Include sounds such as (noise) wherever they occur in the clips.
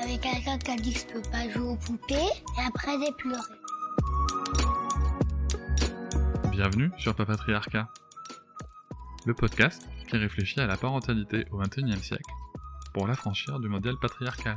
Avec quelqu'un qui a dit que je peux pas jouer aux poupées, et après j'ai pleuré. Bienvenue sur Papatriarca, le podcast qui réfléchit à la parentalité au XXIe siècle pour l'affranchir du modèle patriarcal.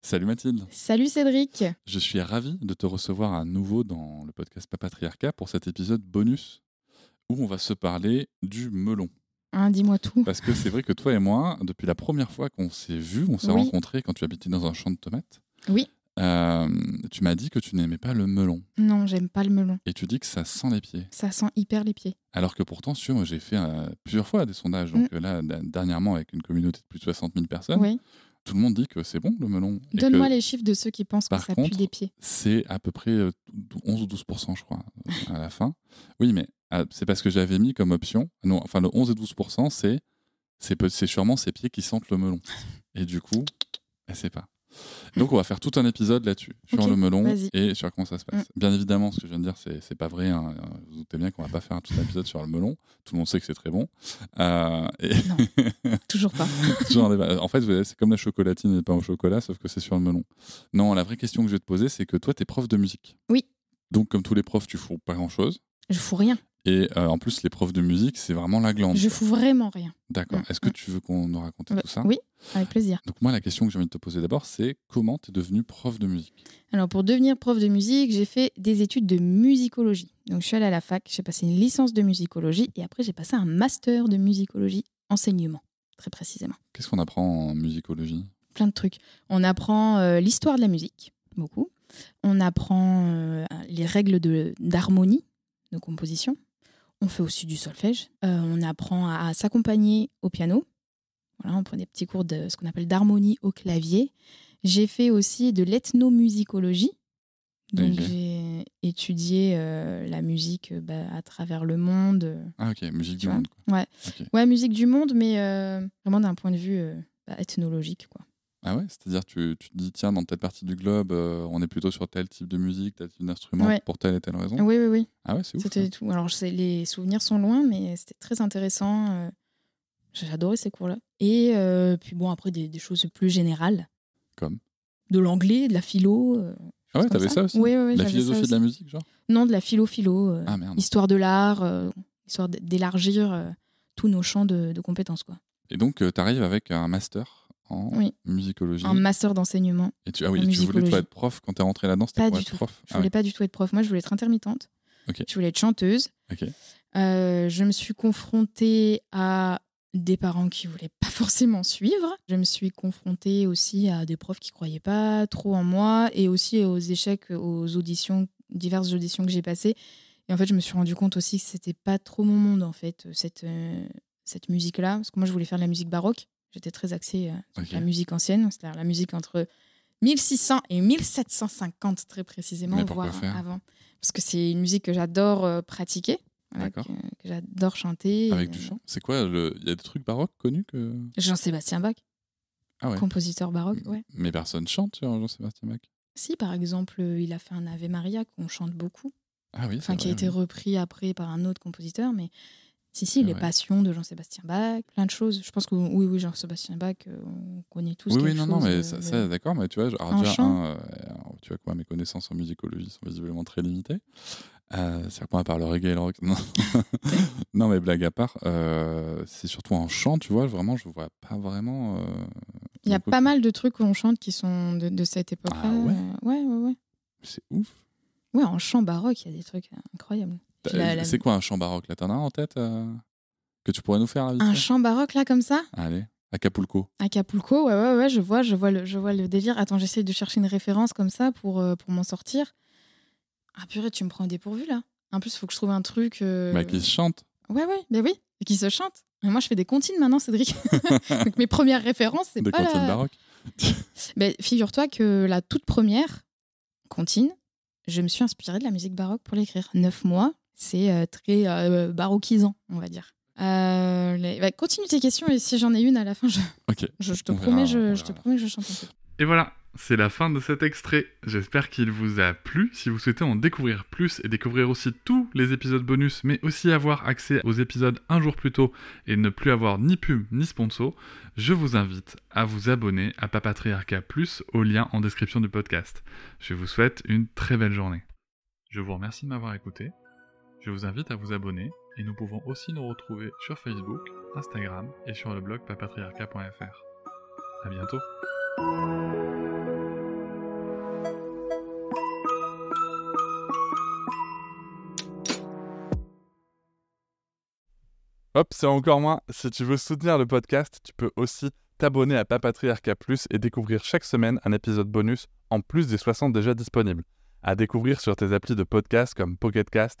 Salut Mathilde, Salut Cédric je suis ravi de te recevoir à nouveau dans le podcast Papatriarca pour cet épisode bonus où on va se parler du melon. Hein, Dis-moi tout. Parce que c'est vrai que toi et moi, depuis la première fois qu'on s'est vus, on s'est Oui. rencontrés quand tu habitais dans un champ de tomates, Oui. euh, tu m'as dit que tu n'aimais pas le melon Non, j'aime pas le melon. et tu dis que ça sent les pieds. Ça sent hyper les pieds. Alors que pourtant, sur, moi, j'ai fait euh, plusieurs fois des sondages, Mmh. donc euh, là, d- dernièrement avec une communauté de plus de 60 000 personnes. Oui. tout le monde dit que c'est bon le melon. et Donne-moi que les chiffres de ceux qui pensent que Par ça pue contre- des pieds. C'est à peu près euh, 11 ou 12 je crois, euh, à la fin. Oui, mais euh, c'est parce que j'avais mis comme option. Non, enfin, le 11 et 12 c'est c'est peut- c'est sûrement ses pieds qui sentent le melon. Et du coup, elle sait pas. Donc, on va faire tout un épisode là-dessus, sur Ok, le melon vas-y. Mm. et sur comment ça se passe. Bien évidemment, ce que je viens de dire, c'est c'est pas vrai. hein. Vous vous doutez bien qu'on va pas faire tout un épisode sur le melon. Tout le monde sait que c'est très bon. Euh, et- (laughs) Non. Toujours pas. Genre, en fait, vous- c'est comme la chocolatine et le pain au chocolat, sauf que c'est sur le melon. Non, la vraie question que je vais te poser, c'est que toi, t'es prof de musique. Oui. Donc, comme tous les profs, tu fous pas grand-chose. Je fous rien. Et euh, en plus, les profs de musique, c'est vraiment la glande. Je fous vraiment rien. D'accord. Mm, Est-ce que mm. tu veux qu'on nous raconte Bah, tout ça Oui, avec plaisir. Donc, moi, la question que j'ai envie de te poser d'abord, c'est comment t'es devenu prof de musique Alors, pour devenir prof de musique, j'ai fait des études de musicologie. Donc, je suis allée à la fac, j'ai passé une licence de musicologie et après, j'ai passé un master de musicologie enseignement, très précisément. Qu'est-ce qu'on apprend en musicologie plein de trucs. On apprend euh, l'histoire de la musique, beaucoup. On apprend euh, les règles de- d'harmonie, de, composition. On fait aussi du solfège. Euh, on apprend à, à s'accompagner au piano. Voilà, on prend des petits cours de ce qu'on appelle d'harmonie au clavier. J'ai fait aussi de l'ethnomusicologie. Donc Ok. j'ai étudié euh, la musique euh, bah, à travers le monde. euh, Ah, ok, musique Tu du vois. monde. quoi. Ouais, musique du monde, mais euh, vraiment d'un point de vue euh, bah, ethnologique. Quoi. Ah ouais C'est-à-dire, tu, tu te dis, tiens, dans telle partie du globe, euh, on est plutôt sur tel type de musique, tel type d'instrument, Ouais. pour telle et telle raison. Oui, oui, oui. Ah ouais, c'est ouf. C'était tout. Alors, je sais, les souvenirs sont loin, mais c'était très intéressant. euh, J'ai adoré ces cours-là. Et euh, puis, bon, après, des, des choses plus générales. Comme De l'anglais, de la philo. euh, Ah ouais, comme t'avais ça aussi Oui, oui, oui, La j'avais ça philosophie de la aussi. musique, genre Non, de la philo-philo. euh, Ah merde. Histoire de l'art, euh, histoire d- d'élargir euh, tous nos champs de, de compétences. Quoi. Et donc, tu arrives avec un master en Oui. musicologie. Un master d'enseignement. et tu, ah oui, en et tu voulais toi, musicologie. être prof quand t'es rentré là-dedans, c'était Pas pour du être tout. prof. Ah Je voulais pas du tout être prof. Moi, je voulais être intermittente. Ok. Je voulais être chanteuse. Ok. Euh, je me suis confrontée à des parents qui voulaient pas (laughs) forcément suivre. Je me suis confrontée aussi à des profs qui croyaient pas trop en moi et aussi aux échecs, aux auditions, diverses auditions que j'ai passées. Et en fait, je me suis rendu compte aussi que c'était pas trop mon monde en fait cette euh, cette musique là, parce que moi je voulais faire de la musique baroque. J'étais très axée euh, sur Ok. la musique ancienne, donc c'est-à-dire la musique entre 1600 et 1750 très précisément, Mais pourquoi voire faire avant, parce que c'est une musique que j'adore euh, pratiquer. voilà, D'accord. que, que j'adore chanter. Avec Et, du euh, chant. C'est quoi le- Il y a des trucs baroques connus que. Jean-Sébastien Bach, Ah ouais. compositeur baroque. Ouais. Mais personne chante sur Jean-Sébastien Bach. Si, par exemple, euh, il a fait un Ave Maria qu'on chante beaucoup, Ah oui. enfin c'est qui vrai, a été oui. Ah repris après par un autre compositeur, mais Si, si, les Ouais. passions de Jean-Sébastien Bach, plein de choses. Je pense que oui, oui, Jean-Sébastien Bach, euh, on connaît tous oui, oui, quelque non, chose, non, mais euh, ça, de- ça, d'accord, mais tu vois, alors Un déjà, chant. un, euh, alors, tu vois, quoi, mes connaissances en musicologie sont visiblement très limitées. Euh, C'est-à-dire que moi, à part le reggae et le rock. (laughs) Non, non mais blague à part, euh, c'est surtout en chant, tu vois, vraiment, je vois pas vraiment. euh, Il y a beaucoup. pas mal de trucs qu'on chante qui sont de, de cette époque-là. Ah ouais Euh, ouais, ouais, ouais. C'est ouf. Ouais, en chant baroque, il y a des trucs incroyables. Puis la- la- C'est quoi un chant baroque là T'en as un en tête euh, que tu pourrais nous faire vite Un fait chant baroque, là, comme ça Allez, Acapulco. Acapulco, ouais, ouais, ouais, je vois, je vois le, je vois le délire. Attends, j'essaye de chercher une référence comme ça pour, euh, pour m'en sortir. Ah purée, tu me prends au dépourvu, là. En plus, il faut que je trouve un truc... euh, Bah, qui se chante. Ouais, ouais, bah oui, et qui se chante. Mais moi, je fais des comptines (laughs) maintenant, Cédric. Donc, mes premières références, c'est Des pas cantines la... baroques. Ben, Figure-toi que la toute première comptine, je me suis inspirée de la musique baroque pour l'écrire. Neuf mois, c'est euh, très euh, baroquisant, on va dire. Euh, les- ben, continue tes questions et si j'en ai une à la fin, je, Ok. je- je te On verra, promets, on je, je verra. te promets, que je chante un peu. Et voilà, c'est la fin de cet extrait. J'espère qu'il vous a plu. Si vous souhaitez en découvrir plus et découvrir aussi tous les épisodes bonus, mais aussi avoir accès aux épisodes un jour plus tôt et ne plus avoir ni pub ni sponsor, je vous invite à vous abonner à Papatriarca Plus au lien en description du podcast. Je vous souhaite une très belle journée. Je vous remercie de m'avoir écouté. Je vous invite à vous abonner et nous pouvons aussi nous retrouver sur Facebook, Instagram et sur le blog papatriarca.fr. À bientôt. Hop, c'est encore moins. Si tu veux soutenir le podcast, tu peux aussi t'abonner à Papatriarca Plus et découvrir chaque semaine un épisode bonus en plus des 60 déjà disponibles. À découvrir sur tes applis de podcast comme Pocket Cast,